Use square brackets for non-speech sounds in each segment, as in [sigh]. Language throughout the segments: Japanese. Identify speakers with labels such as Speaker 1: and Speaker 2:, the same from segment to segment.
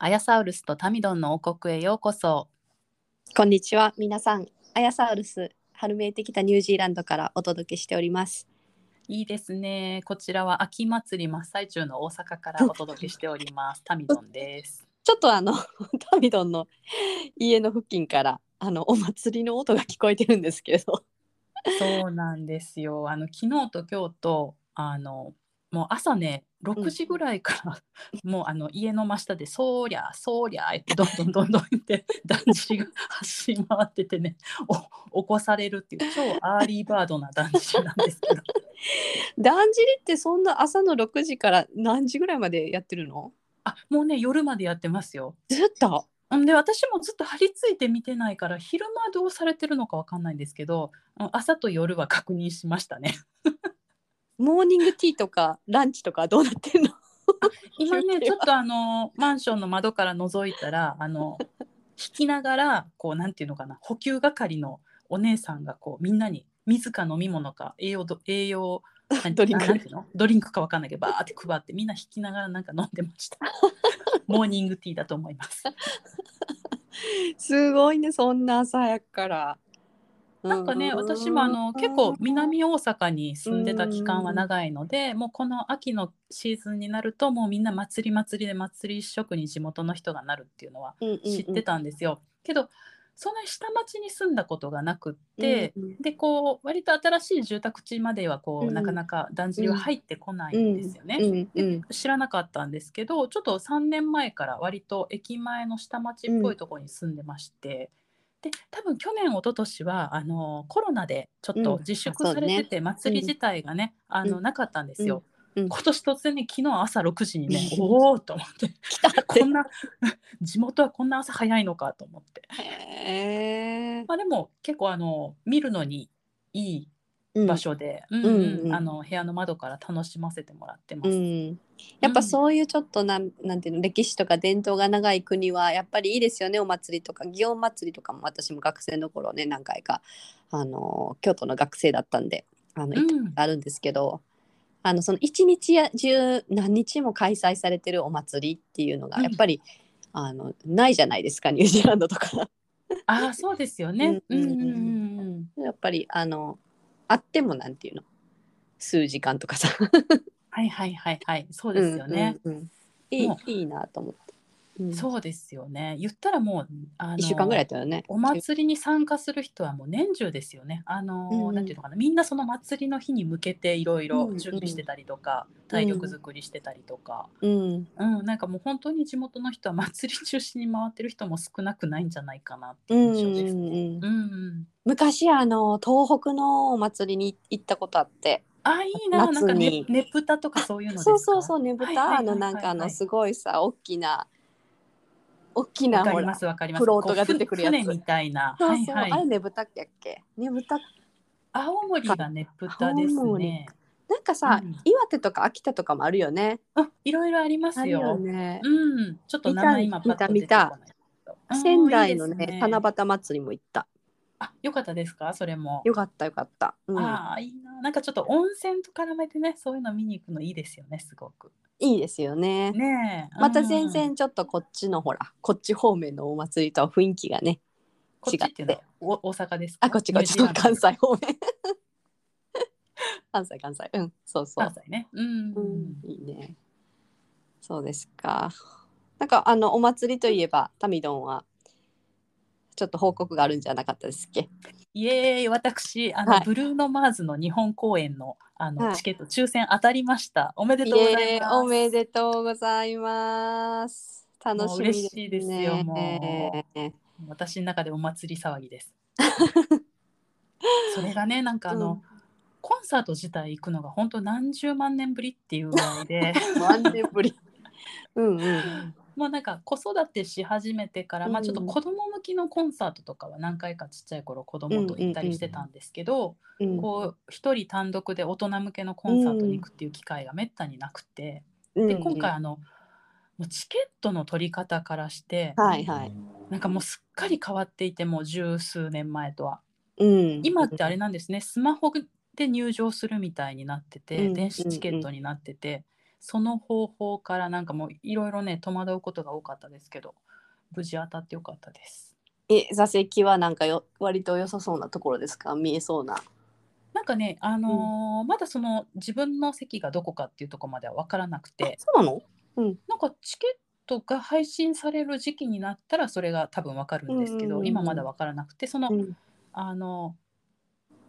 Speaker 1: アヤサウルスとタミドンの王国へようこそ
Speaker 2: こんにちは、皆さん。アヤサウルス、春めいてきたニュージーランドからお届けしております。
Speaker 1: いいですねこちらは秋祭り真っ最中の大阪からお届けしておりますタミドンです
Speaker 2: ちょっとあの、 [laughs] タミドンの家の付近から、あの、お祭りの音が聞こえてるんですけど。
Speaker 1: [laughs]
Speaker 2: [laughs]
Speaker 1: そうなんですよ。あの昨日と今日とあのもう朝ね6時ぐらいから、 [laughs] もうあの家の真下で「そーりゃそーりゃ」ってどんどんどんどん言って団地が走り回っててねお起こされるっていう超アーリーバードな団地なんですけど
Speaker 2: だんじりってそんな朝の6時から何時ぐらいまでやってるの
Speaker 1: あもうね夜までやってますよ。
Speaker 2: ずっと。
Speaker 1: んで私もずっと張り付いて見てないから昼間どうされてるのかわかんないんですけどうん朝と夜は確認しま
Speaker 2: [laughs]
Speaker 1: したね。
Speaker 2: モーニングティーとかランチとかどうなってんの [laughs]
Speaker 1: 今ね
Speaker 2: 休憩
Speaker 1: ちょ
Speaker 2: は
Speaker 1: っとあのマンションの窓から覗いたらあの引きながらこうなんていうのかな補給係のお姉さんがこうみんなに水か飲み物か栄養ど栄
Speaker 2: [laughs]
Speaker 1: 養なん
Speaker 2: ドリンク
Speaker 1: なんていうのドリンクかわかんないけどバーって配ってみんな引きながらなんか飲んでま
Speaker 2: [laughs]
Speaker 1: したモーニングティーだと思います
Speaker 2: すごいね、そんな朝早くから。
Speaker 1: なんかね
Speaker 2: う
Speaker 1: 私もあの結構南大阪に住んでた期間は長いのでもうこの秋のシーズンになるともうみんな祭り祭りで祭り一色に地元の人がなるっていうのは
Speaker 2: うんうんうん
Speaker 1: 知ってたんですよ。けどそんなに下町に住んだことがなくって、
Speaker 2: うんうん
Speaker 1: でこう割と新しい住宅地まではこう、
Speaker 2: うん
Speaker 1: なかなかだんじりは入ってこないんですよね。
Speaker 2: うんうん
Speaker 1: 知らなかったんですけどちょっと3年前から割と駅前の下町っぽいところに住んでまして、で多分去年一昨年はあのコロナでちょっと
Speaker 2: うん
Speaker 1: 自粛されてて、祭り自体がね、あの
Speaker 2: う
Speaker 1: なかったんですよ。
Speaker 2: うんうん
Speaker 1: 今年突然に昨日朝6時にね、
Speaker 2: うん
Speaker 1: おおと思
Speaker 2: [laughs]
Speaker 1: って
Speaker 2: 来たって
Speaker 1: こんな [laughs] 地元はこんな朝早いのかと思って
Speaker 2: へー
Speaker 1: まあでも結構あの見るのにい
Speaker 2: うん
Speaker 1: い場所で、うん
Speaker 2: うん
Speaker 1: うん
Speaker 2: うん
Speaker 1: あの部屋の窓から楽しませてもらってま
Speaker 2: う
Speaker 1: す。
Speaker 2: ん、やっぱそういうちょっとなんなんていうの歴史とか伝統が長い国はやっぱりいいですよねお祭りとか祇園祭りとかも私も学生の頃ね何回かあの京都の学生だったんであの、行ったこ
Speaker 1: うん
Speaker 2: とあるんですけどあのその一日や中何日も開催されてるお祭りっていうのが
Speaker 1: うん
Speaker 2: やっぱり、あのないじゃないですか [laughs] ニュージーランドとか。
Speaker 1: ああそうですよね。う
Speaker 2: うんん
Speaker 1: うんうんうん。
Speaker 2: やっぱりあのあってもなんていうの数時間とかさ。
Speaker 1: はいはいはいはいそうですよね。
Speaker 2: うんうんうんいい
Speaker 1: も
Speaker 2: いいなと思って。うん
Speaker 1: そうですよね。言ったらもうあの
Speaker 2: 一週間ぐらいだったよね。
Speaker 1: お祭りに参加する人はもう年中ですよね。あの、
Speaker 2: うんうん
Speaker 1: なんていうのかな、みんなその祭りの日に向けていろいろ
Speaker 2: うんうん
Speaker 1: 準備してたりとか、体力づくりしてたりとか、
Speaker 2: うん、
Speaker 1: うん、なんかもう本当に地元の人は祭り中心に回ってる人も少なくないんじゃないかなって
Speaker 2: う
Speaker 1: い
Speaker 2: ん
Speaker 1: う
Speaker 2: う
Speaker 1: 印象です。
Speaker 2: んうん
Speaker 1: う、ん、うん、
Speaker 2: 昔あの東北のお祭りに行ったことあって
Speaker 1: あいいな、なんか
Speaker 2: 夏
Speaker 1: ね
Speaker 2: に、
Speaker 1: ねぷたとかそういうのですか。
Speaker 2: そうそうそうねぶ
Speaker 1: はいはいはいは
Speaker 2: たあ
Speaker 1: い
Speaker 2: のなんかあのすごいさ大きな大き
Speaker 1: わ
Speaker 2: な
Speaker 1: か
Speaker 2: ほ
Speaker 1: りま
Speaker 2: ら
Speaker 1: すわかります。
Speaker 2: フロートが出てくるやつ
Speaker 1: こうふ船みたいな。
Speaker 2: そうそう、
Speaker 1: はいは
Speaker 2: あれ
Speaker 1: い。
Speaker 2: ねぶたっけやっけねぶた
Speaker 1: 青森がねぷたです
Speaker 2: 青森
Speaker 1: ね。
Speaker 2: なんかさ、
Speaker 1: うん
Speaker 2: 岩手とか秋田とかもあるよね
Speaker 1: あ、いろいろありますよ。
Speaker 2: ね、
Speaker 1: うん、ちょっと名前今パッと出てこないけど。
Speaker 2: 仙台のね
Speaker 1: うんいいです
Speaker 2: 七夕祭りも行った
Speaker 1: あ、よかったですか、それも。
Speaker 2: よかったよかった、うん、
Speaker 1: ああ、いいな、なんかちょっと温泉と絡めてね、そういうの見に行くのいいですよね、すごく。
Speaker 2: いいですよね
Speaker 1: ねえ。
Speaker 2: また
Speaker 1: うん
Speaker 2: 全。然ちょっとこっちのほらこっち方面のお祭りとは雰囲気がね
Speaker 1: こっちっていうのは、お、大阪ですか。
Speaker 2: あ、こっちこっち、
Speaker 1: ニュージーラン
Speaker 2: 関西方面。 [laughs] 関西関西、うん、そうそ
Speaker 1: ド
Speaker 2: う
Speaker 1: 関。西ね。うん。
Speaker 2: うん、いいね。そうですか。なんかあのお祭りといえば、タミドンは。ちょっと報告があるんじゃなかったですっけ。
Speaker 1: イエーイ、私、あの、
Speaker 2: はい
Speaker 1: ブルーノマーズの日本公演の、あの、
Speaker 2: はい
Speaker 1: チケット抽選当たりました。おめでとうござい
Speaker 2: え
Speaker 1: ます。
Speaker 2: おめでとうございます。楽しみ
Speaker 1: もう
Speaker 2: です、ね。
Speaker 1: 嬉しいですよも私の中でお祭り騒ぎ
Speaker 2: [laughs]
Speaker 1: です。それがね、なんかあの。コンサート自体行くのが
Speaker 2: [laughs]
Speaker 1: 本当何十万年ぶりっていうぐらいで
Speaker 2: うん、ワンデーぶり。うんうん。
Speaker 1: もうなんか子育てし始めてから、まあ、
Speaker 2: うん
Speaker 1: ちょっと子供向きのコンサートとかは何回かちっちゃい頃子供と行ったりしてたんですけど、
Speaker 2: うん
Speaker 1: こう一人単独で大人向けのコンサートに行くっていう機会がめったになくて、
Speaker 2: うん
Speaker 1: で今回あのもうチケットの取り方からして
Speaker 2: はいはい。
Speaker 1: なんかもうすっかり変わっていてもう十数年前とは
Speaker 2: うん、
Speaker 1: 今ってあれなんですねスマホで入場するみたいになってて、
Speaker 2: うん
Speaker 1: 電子チケットになってて、その方法からなんかもういろいろね戸惑うことが多かったですけど無事当たってよかったです。
Speaker 2: え座席はなんかよ割と良さそうなところですか見えそうな。
Speaker 1: なんかね、あのーまだその自分の席がどこかっていうところまでは分からなくて
Speaker 2: そうなの
Speaker 1: なんかチケットが配信される時期になったらそれが多分わかるんですけ
Speaker 2: うんうん
Speaker 1: ど、
Speaker 2: うん
Speaker 1: 今まだわからなくてその、
Speaker 2: うん
Speaker 1: あの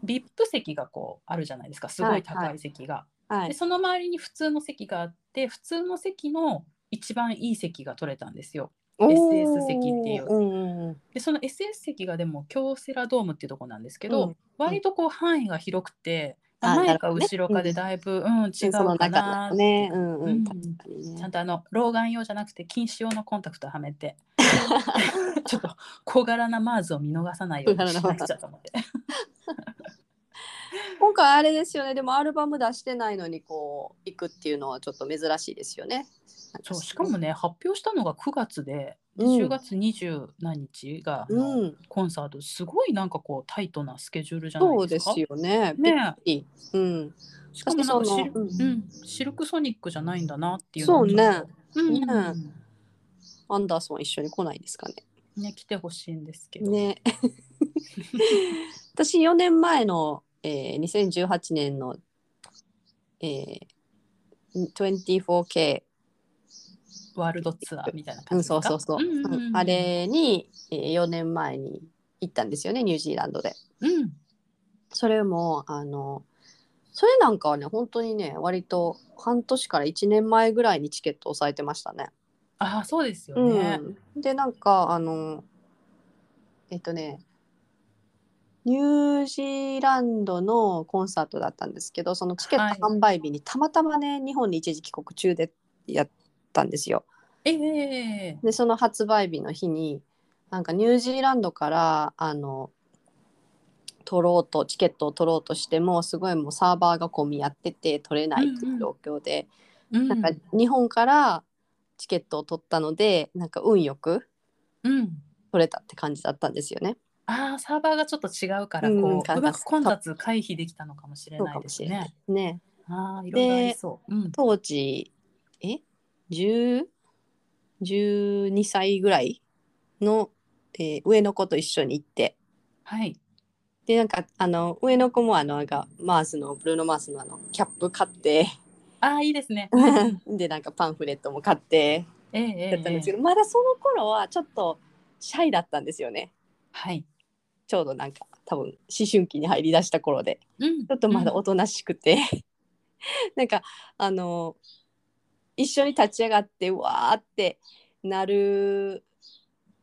Speaker 1: VIP 席がこうあるじゃないですかすごい高い席が、
Speaker 2: は
Speaker 1: で
Speaker 2: い、
Speaker 1: その周りに普通の席があって普通の席の一番いい席が取れたんですよ SS 席っていう
Speaker 2: うんうんうん
Speaker 1: でその SS 席がでも京セラドームっていうとこなんですけど、
Speaker 2: うん
Speaker 1: 割とこう範囲が広くて、
Speaker 2: あ
Speaker 1: 前
Speaker 2: な
Speaker 1: か
Speaker 2: るほどね
Speaker 1: 後ろかでだいぶ、うん違う
Speaker 2: その
Speaker 1: か
Speaker 2: 中
Speaker 1: な
Speaker 2: だ
Speaker 1: って
Speaker 2: とね、うんう、
Speaker 1: うんん
Speaker 2: 確かに
Speaker 1: ちゃん
Speaker 2: ね。
Speaker 1: とあの老眼用じゃなくて近視用のコンタクトはめ
Speaker 2: [laughs]
Speaker 1: てちょっと小柄なマーズを見逃さないようにしなくちゃと思って。
Speaker 2: 今回あれですよね、でもアルバム出してないのにこう行くっていうのはちょっと珍しいですよね。なんか
Speaker 1: そうしかもね発表したのが9月でで
Speaker 2: うん
Speaker 1: 10月20何日が、あの
Speaker 2: うん、
Speaker 1: コンサートすごいなんかこうタイトなスケジュールじゃな
Speaker 2: そ
Speaker 1: いう
Speaker 2: で
Speaker 1: です
Speaker 2: す
Speaker 1: か。
Speaker 2: よね。
Speaker 1: ね
Speaker 2: びっくりうん、
Speaker 1: しかもなんかシル,、
Speaker 2: そのうん
Speaker 1: うん、シルクソニックじゃないんだなっていうの
Speaker 2: そ
Speaker 1: も
Speaker 2: う
Speaker 1: ちょっと
Speaker 2: ね。
Speaker 1: うんうん
Speaker 2: ねアンダーソン一緒に来ないですかね。
Speaker 1: うんね来てほしいんですけど、
Speaker 2: ね。
Speaker 1: [laughs]
Speaker 2: 私4年前の、えー、2018年の、えー、24K、
Speaker 1: ワールドツアーみたいな
Speaker 2: う
Speaker 1: 感
Speaker 2: ん、
Speaker 1: じですか
Speaker 2: そうそうそう、
Speaker 1: んん
Speaker 2: うんあれに、えー、4年前に行ったんですよねニュージーランドで。
Speaker 1: うん
Speaker 2: それもあのそれなんかはね本当にね割と半年から1年前ぐらいにチケット押さえてましたね。
Speaker 1: ああそうですよ
Speaker 2: う
Speaker 1: ね。
Speaker 2: ん、でなんかあのえっとねニュージーランドのコンサートだったんですけどそのチケット
Speaker 1: はい
Speaker 2: 販売日にたまたまね日本に一時帰国中でやったんですよ。
Speaker 1: ええ
Speaker 2: でその発売日の日になんかニュージーランドからあの取ろうとチケットを取ろうとしてもすごいもうサーバーが混み合ってて取れないっていう状況で、
Speaker 1: うん
Speaker 2: なんか日本からチケットを取ったのでなんか運よく
Speaker 1: うん、
Speaker 2: 取れたって感じだったんですよね。
Speaker 1: ああサーバーがちょっと違うから
Speaker 2: う
Speaker 1: こ
Speaker 2: ん
Speaker 1: う,、
Speaker 2: 簡単
Speaker 1: うまく混雑回避できたのかもしれないです
Speaker 2: そうかもしれな
Speaker 1: ね。
Speaker 2: ね
Speaker 1: ああいろいろありそう。うん、
Speaker 2: 当時え10 12歳ぐらいの、えー上の子と一緒に行って
Speaker 1: はい。
Speaker 2: でなんかあの上の子もあのなんかマースのブルーノ・マースのあのキャップ買って
Speaker 1: ああいいです
Speaker 2: [laughs]
Speaker 1: ね。
Speaker 2: でなんかパンフレットも買って
Speaker 1: ええええ
Speaker 2: だったんです
Speaker 1: ええ
Speaker 2: けど、まだその頃はちょっとシャイだったんですよね
Speaker 1: はい。
Speaker 2: ちょうどなんか多分思春期に入りだした頃で
Speaker 1: うん、
Speaker 2: ちょっとまだおとなしくて、 [laughs] なんかあの一緒に立ち上がってわーってなる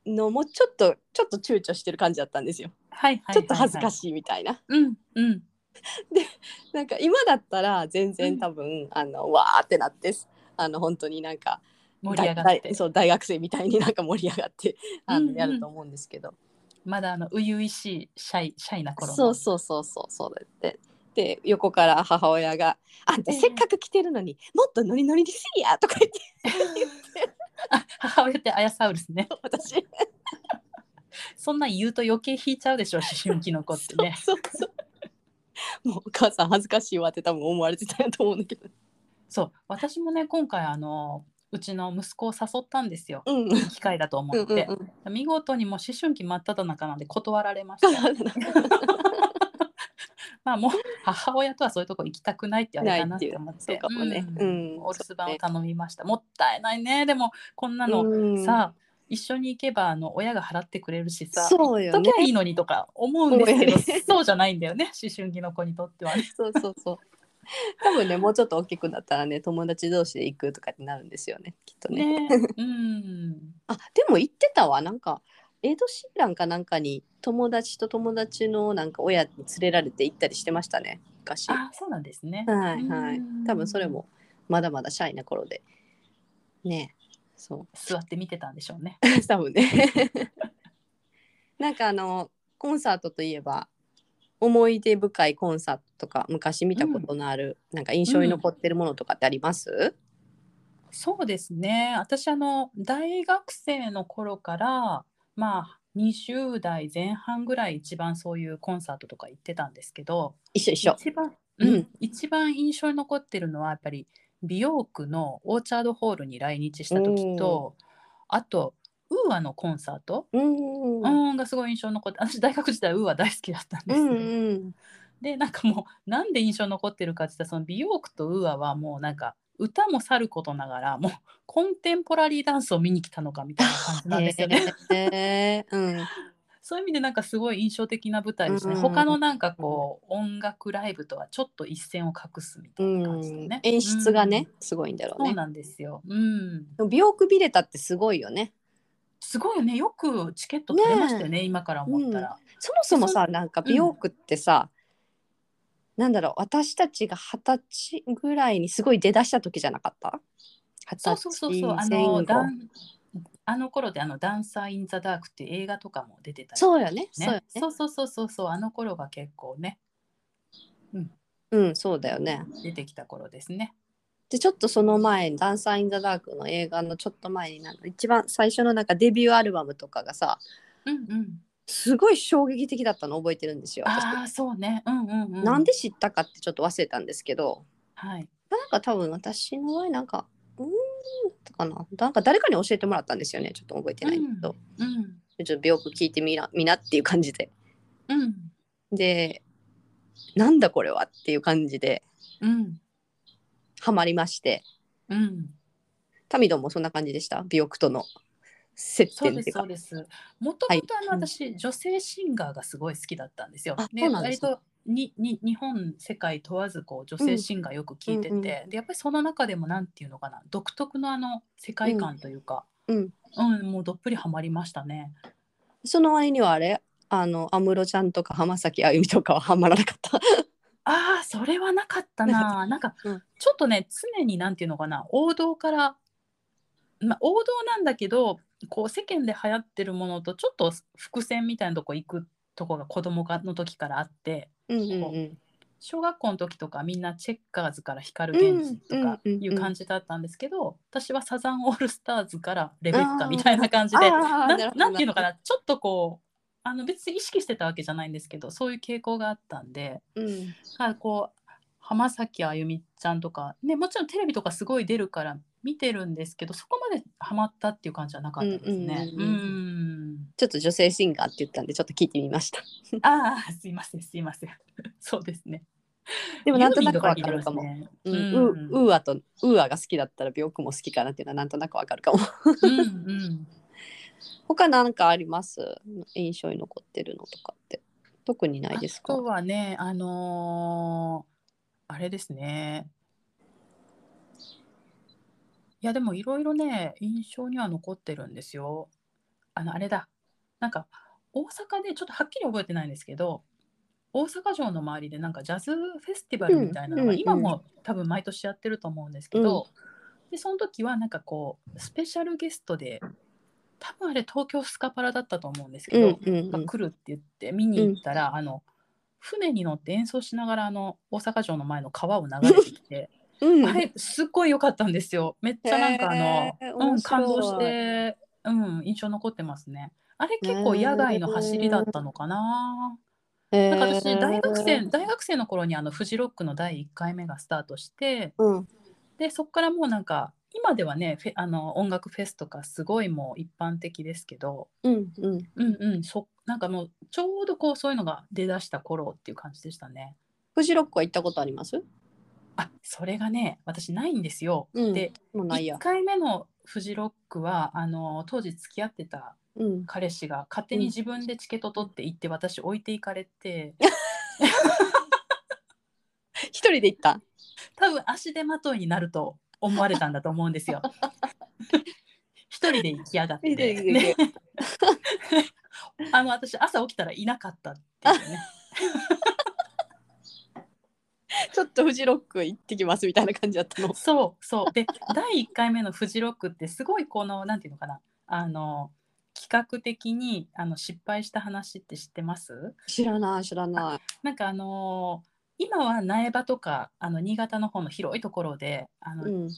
Speaker 2: のもちょっとちょっと躊躇してる感じだったんですよ、
Speaker 1: はいはいはいはい
Speaker 2: ちょっと恥ずか
Speaker 1: い。
Speaker 2: しいみたいな
Speaker 1: うんうん。
Speaker 2: なんか今だったら全
Speaker 1: う
Speaker 2: 然
Speaker 1: ん
Speaker 2: 多分、あのわーってなってあの本当になんか
Speaker 1: 盛り上が
Speaker 2: だ
Speaker 1: っ
Speaker 2: だい
Speaker 1: て。
Speaker 2: そう大学生みたいになんか盛り上がってあ
Speaker 1: うんう
Speaker 2: の
Speaker 1: ん
Speaker 2: やると思うんですけど、
Speaker 1: まだあの初々しいシャイシャイな頃の。
Speaker 2: そうそうそうそうそうだってで横から母親が「あんた
Speaker 1: ええ
Speaker 2: せっかく来てるのにもっとノリノリにすぎや!」とか言って [laughs]
Speaker 1: あ母親ってアヤサウルスね。 [laughs]
Speaker 2: 私
Speaker 1: そんなん言うと余計引いちゃうでしょ思 [laughs] 春期の子ってね。
Speaker 2: そうそうそうもうお母さん恥ずかしいわって多分思われてたんやと思うんだけど
Speaker 1: そう私もね今回あのうちの息子を誘ったん
Speaker 2: [laughs]
Speaker 1: ですよ。
Speaker 2: うんうん
Speaker 1: いい機会だと思
Speaker 2: うん
Speaker 1: って、
Speaker 2: うん
Speaker 1: 見事にもう思春期真っ只中なんで断られました
Speaker 2: [laughs]
Speaker 1: まあもう母親とはそういうとこ行きたくないってあれかなって思って
Speaker 2: そうかもね
Speaker 1: う
Speaker 2: うんん
Speaker 1: お留守番を頼みました、もったいないねでもこんなの
Speaker 2: うん
Speaker 1: さ、一緒に行けばあの親が払ってくれるしさ
Speaker 2: そうよ
Speaker 1: 行っ
Speaker 2: ね
Speaker 1: ときゃいいのにとか思うんですけど、
Speaker 2: 思うよね
Speaker 1: [laughs] そうじゃないんだよね思春期の子にとってはね
Speaker 2: そうそうそう多分ねもうちょっと大きくなったらね友達同士で行くとかってなるんですよねきっと [laughs] ね
Speaker 1: ねうん
Speaker 2: あでも言ってたわなんかエイド・シーランかなんかに友達と友達のなんか親に連れられて行ったりしてましたね昔は
Speaker 1: あそうなんですね
Speaker 2: いはい多分それもまだまだシャイな頃でねそ
Speaker 1: 座って見てたんでしょうね。
Speaker 2: う [laughs] 多分ね [laughs] なんかあのコンサートといえば思い出深いコンサートとか昔見たことのある、なんか印象に残ってるものとかってあります、
Speaker 1: そうですね私あの大学生の頃からまあ20代前半ぐらい一番そういうコンサートとか行ってたんですけど
Speaker 2: 一緒一緒
Speaker 1: 一番、
Speaker 2: うん
Speaker 1: うん一番印象に残ってるのはやっぱり美容区のオーチャードホールに来日した時とあとウーアのコンサート、
Speaker 2: うん
Speaker 1: う
Speaker 2: うん
Speaker 1: ん、がすごい印象に残って私大学時代ウーア大好きだったんで
Speaker 2: う
Speaker 1: すね、
Speaker 2: ん
Speaker 1: でなんかもう [laughs] なんで印象に残ってるかって言ったらその美容区とウーアはもうなんか歌もさることながらもうコンテンポラリーダンスを見に来たのかみたいな感じなんですよね。
Speaker 2: へーうん
Speaker 1: そういう意味でなんかすごい印象的な舞台ですね。
Speaker 2: うん
Speaker 1: 他のなんかこう音楽ライブとはちょっと一線を画すみた
Speaker 2: う
Speaker 1: いな感じで
Speaker 2: ん
Speaker 1: ね。
Speaker 2: 演出がね
Speaker 1: うん、
Speaker 2: すごいんだろう
Speaker 1: そう
Speaker 2: ね
Speaker 1: なんですよ。うん。
Speaker 2: でも美容くびれたってすごいよね
Speaker 1: すごいよね。よくチケット取れましたよね。今から思ったら。
Speaker 2: そもそもさ
Speaker 1: そ
Speaker 2: なんか
Speaker 1: ん
Speaker 2: 美容区ってさ、なんだろう私たちが二十歳ぐらいにすごい出だした時じゃなかった
Speaker 1: そう
Speaker 2: 二
Speaker 1: そ
Speaker 2: 十
Speaker 1: うそうそう。あ
Speaker 2: 歳前後
Speaker 1: のダンあの頃であのダンサーインザダークっていう映画とかも出てたり
Speaker 2: そうよねそうよ
Speaker 1: ね
Speaker 2: ね、
Speaker 1: そうそうそうそうそうあの頃が結構ね
Speaker 2: うんそうだよね
Speaker 1: 出てきた頃ですね。
Speaker 2: でちょっとその前に「ダンサー・イン・ザ・ダーク」の映画のちょっと前になんか一番最初のなんかデビューアルバムとかがさ
Speaker 1: うんうん。
Speaker 2: すごい衝撃的だったの覚えてるんですよ私
Speaker 1: ああそうね。うんうんうん。
Speaker 2: なんで知ったかってちょっと忘れたんですけど
Speaker 1: はい。
Speaker 2: なんか多分私の前なんかうーんとかななんか誰かに教えてもらったんですよねちょっと覚えてないけど、
Speaker 1: うん
Speaker 2: ちょっとよく聞いてみなみなっていう感じで
Speaker 1: うん
Speaker 2: でなんだこれはっていう感じで
Speaker 1: うん
Speaker 2: ハマりまして
Speaker 1: うん。
Speaker 2: タミドンもそんな感じでしたビオクとの接
Speaker 1: そう
Speaker 2: 点っ
Speaker 1: で
Speaker 2: てい
Speaker 1: す
Speaker 2: うか
Speaker 1: そうです。もと
Speaker 2: は
Speaker 1: も
Speaker 2: い
Speaker 1: とあの私女性シンガーがすごい好きだったんですよ
Speaker 2: あ。
Speaker 1: で
Speaker 2: そうなんです
Speaker 1: 割
Speaker 2: ね
Speaker 1: とにに日本世界問わずこう女性シンガーよく聞いてて、
Speaker 2: うんうんうん
Speaker 1: でやっぱりその中でもなんていうのかな独特のあの世界観というか、
Speaker 2: うん
Speaker 1: うんもうどっぷりハマりましたね。
Speaker 2: その割にはあれあの安室ちゃんとか浜崎あゆみとかはハマらなかった
Speaker 1: [laughs] ああそれはなかったな。なんか
Speaker 2: うん
Speaker 1: ちょっとね常になんていうのかな王道から、まあ、王道なんだけどこう世間で流行ってるものとちょっと伏線みたいなとこ行くとこが子供がの時からあって
Speaker 2: うんうんうん
Speaker 1: 小学校の時とかみんなチェッカーズから光源氏とか
Speaker 2: うんうんうんうん
Speaker 1: いう感じだったんですけど、私はサザンオールスターズからレベッカみたいな感じで
Speaker 2: あー
Speaker 1: な
Speaker 2: る
Speaker 1: ん
Speaker 2: ほど
Speaker 1: なんていうのか
Speaker 2: な
Speaker 1: なちょっとこうあの別に意識してたわけじゃないんですけどそういう傾向があったんで。
Speaker 2: るほどうん
Speaker 1: はい、こう浜崎あゆみちゃんとか、ね、もちろんテレビとかすごい出るから見てるんですけどそこまでハマったっていう感じはなかったですね。
Speaker 2: うんうんうんう
Speaker 1: うん
Speaker 2: ちょっと女性シンガーって言ったんでちょっと聞いてみました
Speaker 1: ああすいませんすいません [laughs] そうですね。で
Speaker 2: でもなんとなくわかるかも、
Speaker 1: ね、
Speaker 2: う、
Speaker 1: うんん
Speaker 2: うウーアとウーアが好きだったらビオクも好きかなっていうのはなんとなくわかるかも [laughs]
Speaker 1: うんうん
Speaker 2: 他なんかあります印象に残ってるのとかって特にないです
Speaker 1: あ
Speaker 2: か
Speaker 1: とはねあのーあれですねいやでもいろいろね印象には残ってるんですよあのあれだなんか大阪でちょっとはっきり覚えてないんですけど大阪城の周りでなんかジャズフェスティバルみたいなのが、
Speaker 2: うんうん
Speaker 1: 今も多分毎年やってると思うんですけど、でその時はなんかこうスペシャルゲストで多分あれ東京スカパラだったと思うんですけ
Speaker 2: うん
Speaker 1: ど、
Speaker 2: うんう
Speaker 1: が
Speaker 2: ん
Speaker 1: 来るって言って見に行ったら、あの船に乗って演奏しながらあの大阪城の前の川を流れてきて
Speaker 2: うん
Speaker 1: あれすっごい良かったんですよめっちゃなんかあの
Speaker 2: へ、ー
Speaker 1: う
Speaker 2: 面
Speaker 1: ん、
Speaker 2: 白い
Speaker 1: 感動して、うん、印象残ってますねあれ結構野外の走りだったのかな、
Speaker 2: へー
Speaker 1: なんか私大学生大学生の頃にあのフジロックの第1回目がスタートして
Speaker 2: うん
Speaker 1: でそこからもうなんか今ではねフェあの音楽フェスとかすごいもう一般的ですけど、
Speaker 2: うんうん
Speaker 1: うんうん、そなんかもうちょうどこうそういうのが出だした頃っていう感じでしたね。
Speaker 2: フジロックは行ったことあります
Speaker 1: あそれがね私ないんですよ。
Speaker 2: うん
Speaker 1: で
Speaker 2: もうない
Speaker 1: 1
Speaker 2: や
Speaker 1: 回目のフジロックはあの当時付き合ってた
Speaker 2: うん
Speaker 1: 彼氏が勝手に自分でチケット取って行って私置いていかれて、
Speaker 2: 一人で行った
Speaker 1: 多分足手まといになると思われたんだと思うん
Speaker 2: [laughs]
Speaker 1: ですよ。一人で行きやがって、
Speaker 2: 一人で行きや
Speaker 1: ねあの私朝起きたらいなかったっていうね。
Speaker 2: [laughs] ちょっとフジロック行ってきますみたいな感じだったの。
Speaker 1: そうそうで第1回目のフジロックってすごいこのなんていうのかなあの企画的にあの失敗した話って [laughs] 知ってます
Speaker 2: 知らない知らない。
Speaker 1: なんかあの今は苗場とかあの新潟の方の広いところであの、
Speaker 2: うん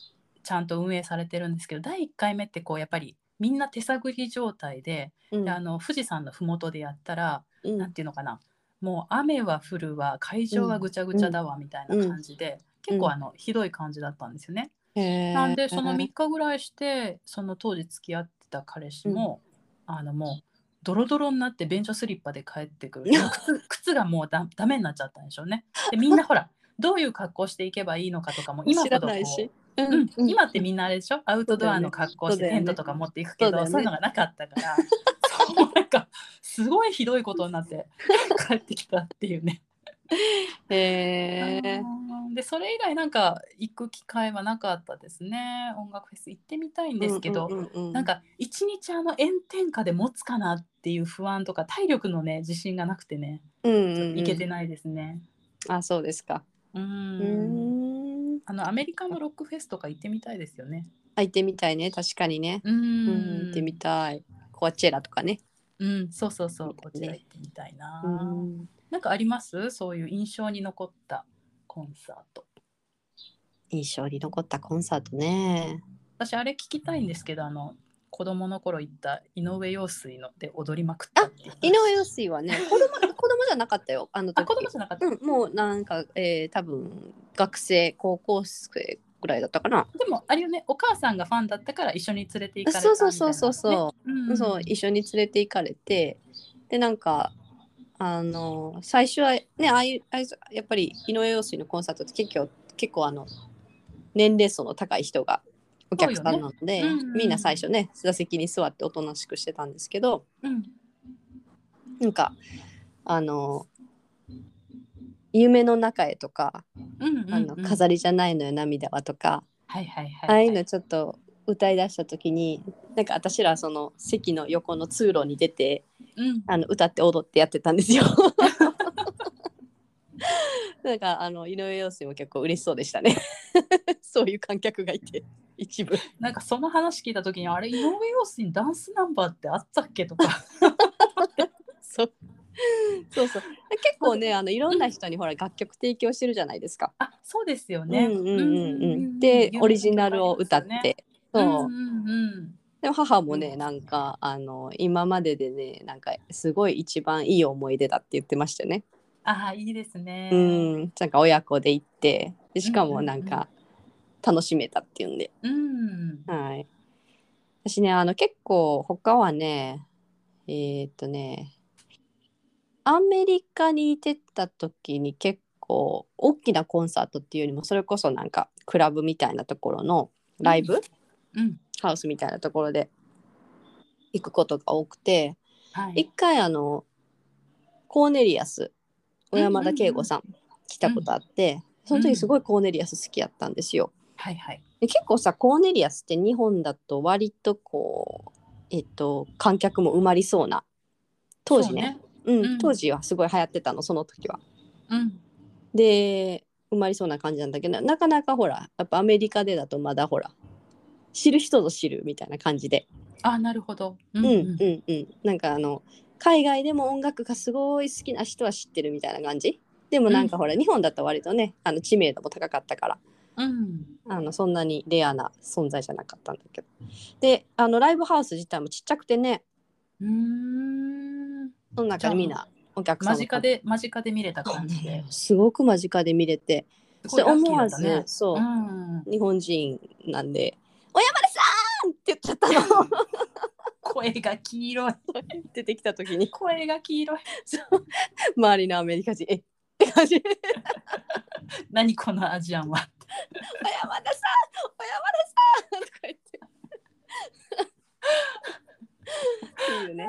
Speaker 1: ちゃんと運営されてるんですけど第1回目ってこうやっぱりみんな手探り状態で,、
Speaker 2: うん
Speaker 1: であの富士山の麓でやったら
Speaker 2: う
Speaker 1: なんていうのかなもう雨は降るわ会場はぐちゃぐちゃだわみたいな感じで、結構あのひどい感じだったんですよね。
Speaker 2: ん
Speaker 1: なんでその
Speaker 2: み
Speaker 1: 3日ぐらいしてその当時付き合ってた彼氏も、あのもうドロドロになって便所スリッパで帰ってくる靴靴がもうだダメになっちゃったんでしょうね。でみんなほらどういう格好していけばいいのかとかも今
Speaker 2: 知
Speaker 1: ほ
Speaker 2: ら
Speaker 1: どこ
Speaker 2: ないうし。う
Speaker 1: うん、今ってみんなあれでしょアウトドアの格好し
Speaker 2: そう
Speaker 1: て
Speaker 2: だよね
Speaker 1: テントとか持っていくけど
Speaker 2: そうだ
Speaker 1: そ
Speaker 2: よ
Speaker 1: う,、い
Speaker 2: ね
Speaker 1: うのがなかったから [laughs] そうなんかすごいひどいことになって帰ってきたっていうね。
Speaker 2: へえ。
Speaker 1: うんでそれ以外なんか行く機会はなかったですね音楽フェス行ってみたいんですけど、
Speaker 2: うんうんうん
Speaker 1: なんか一日あの炎天下で持つかなっていう不安とか体力のね自信がなくてね
Speaker 2: うんう
Speaker 1: ちょっ
Speaker 2: ん
Speaker 1: と行けてないですね。
Speaker 2: あそうですか。
Speaker 1: うん
Speaker 2: うーん。
Speaker 1: あのアメリカのロックフェスとか行ってみたいですよね。
Speaker 2: あ行ってみたいね確かにね。
Speaker 1: うん
Speaker 2: うん行ってみたい。コアチェラとかね。
Speaker 1: うん、そうそうそう、
Speaker 2: み
Speaker 1: こ
Speaker 2: たいね
Speaker 1: ちら行ってみたいな。
Speaker 2: うん。
Speaker 1: なんかありますそういう印象に残ったコンサート。
Speaker 2: 印象に残ったコンサートね。
Speaker 1: 私、あれ聞きたいんですけど、あの、子供の頃行った井上陽水ので踊りまくったっていう話
Speaker 2: 井上陽
Speaker 1: [laughs]
Speaker 2: 水はね子供子供じゃなかったよあの時
Speaker 1: あ、子供じゃなかった。
Speaker 2: うん、もうなんか、えー、多分学生高校生ぐらいだったかな。
Speaker 1: でも、あれよね、お母さんがファンだったから一緒に連れて行かれたみたい
Speaker 2: そ
Speaker 1: な、
Speaker 2: うそうそうそうそう。
Speaker 1: うん。
Speaker 2: そう一緒に連れて行かれてでなんかあの最初はねああいうああいうやっぱり井上陽水のコンサートって結構結構あの年齢層の高い人がお客さんなので、
Speaker 1: そうよねうんうん
Speaker 2: みんな最初ね座席に座っておとなしくしてたんですけど
Speaker 1: うん。
Speaker 2: なんかあの「夢の中へ」とか
Speaker 1: うんうん
Speaker 2: 「
Speaker 1: うん。
Speaker 2: あの飾りじゃないのよ涙は」とか、
Speaker 1: はいはいはい。
Speaker 2: ああいうのちょっと歌い出した時になんか私らその席の横の通路に出て。
Speaker 1: うん。
Speaker 2: あの歌って踊ってやってたんですよ。 [laughs] なんかあの井上陽水も結構嬉しそうでしたね。 [laughs] そういう観客がいて一部。
Speaker 1: なんかその話聞いたときに、あれ、井上陽水にダンスナンバーってあったっけと
Speaker 2: [laughs]
Speaker 1: か。
Speaker 2: そうそうそう結構ねあのいろんな人にほら楽曲提供してるじゃないですか。
Speaker 1: あ、そうですよ
Speaker 2: ね、
Speaker 1: ね。
Speaker 2: うんうんう
Speaker 1: う
Speaker 2: んうん
Speaker 1: うん
Speaker 2: ん。でオリジナルを歌っ。
Speaker 1: 有名な曲ありますよね
Speaker 2: て。そう
Speaker 1: うんうんうん
Speaker 2: でも母もね
Speaker 1: うん
Speaker 2: なんかあの今まででねなんかすごい一番いい思い出だって言ってましたよね。
Speaker 1: ああいいですね。
Speaker 2: うん、なんか親子で行ってでしか
Speaker 1: うんう
Speaker 2: も
Speaker 1: んうん
Speaker 2: なんか楽しめたっていうんで、
Speaker 1: うん。
Speaker 2: はい私ねあの結構他はねえーっとねアメリカにいてた時に結構大きなコンサートっていうよりもそれこそなんかクラブみたいなところのライブ、
Speaker 1: うん。
Speaker 2: ハウスみたいなところで行くことが多くて
Speaker 1: は
Speaker 2: 一
Speaker 1: い。
Speaker 2: 回あのコーネリアス小山田圭吾さん来たことあって、その時すごいコーネリアス好きやったんですよ。
Speaker 1: はいはい。
Speaker 2: で結構さコーネリアスって日本だと割とこうえっと観客も埋まりそうな当時ねう
Speaker 1: うん
Speaker 2: ん、当時はすごい流行ってたのその時は。
Speaker 1: そうね。うん。
Speaker 2: で埋まりそうな感じなんだけどなかなかほらやっぱアメリカでだとまだほら知る人ぞ知るみたいな感じで
Speaker 1: あなるほど。う
Speaker 2: うんうんうん、なんかあの海外でも音楽がすごい好きな人は知ってるみたいな感じでもなんかほら、日本だと割とねあの知名度も高かったから
Speaker 1: うん。
Speaker 2: あのそんなにレアな存在じゃなかったんだけどであのライブハウス自体もちっちゃくてね
Speaker 1: うん。うーん。
Speaker 2: その中でみんなお客さん
Speaker 1: 間
Speaker 2: も
Speaker 1: 近で間近で見れた感じで。
Speaker 2: すごく間近で見れて
Speaker 1: す
Speaker 2: それ思わ
Speaker 1: ラ
Speaker 2: ず、
Speaker 1: ッキーだったね。
Speaker 2: そうう、
Speaker 1: ん。
Speaker 2: 日本人なんで「小山田さん!」って言っちゃった
Speaker 1: [laughs]
Speaker 2: の
Speaker 1: 声が黄色い。
Speaker 2: 出てきた時に
Speaker 1: 声が黄色い。
Speaker 2: [laughs] 周りのアメリカ人「えっ?」て感じ
Speaker 1: 何このアジアンは。
Speaker 2: 小山田さん小山田さんとか言って。っていう [laughs] ね。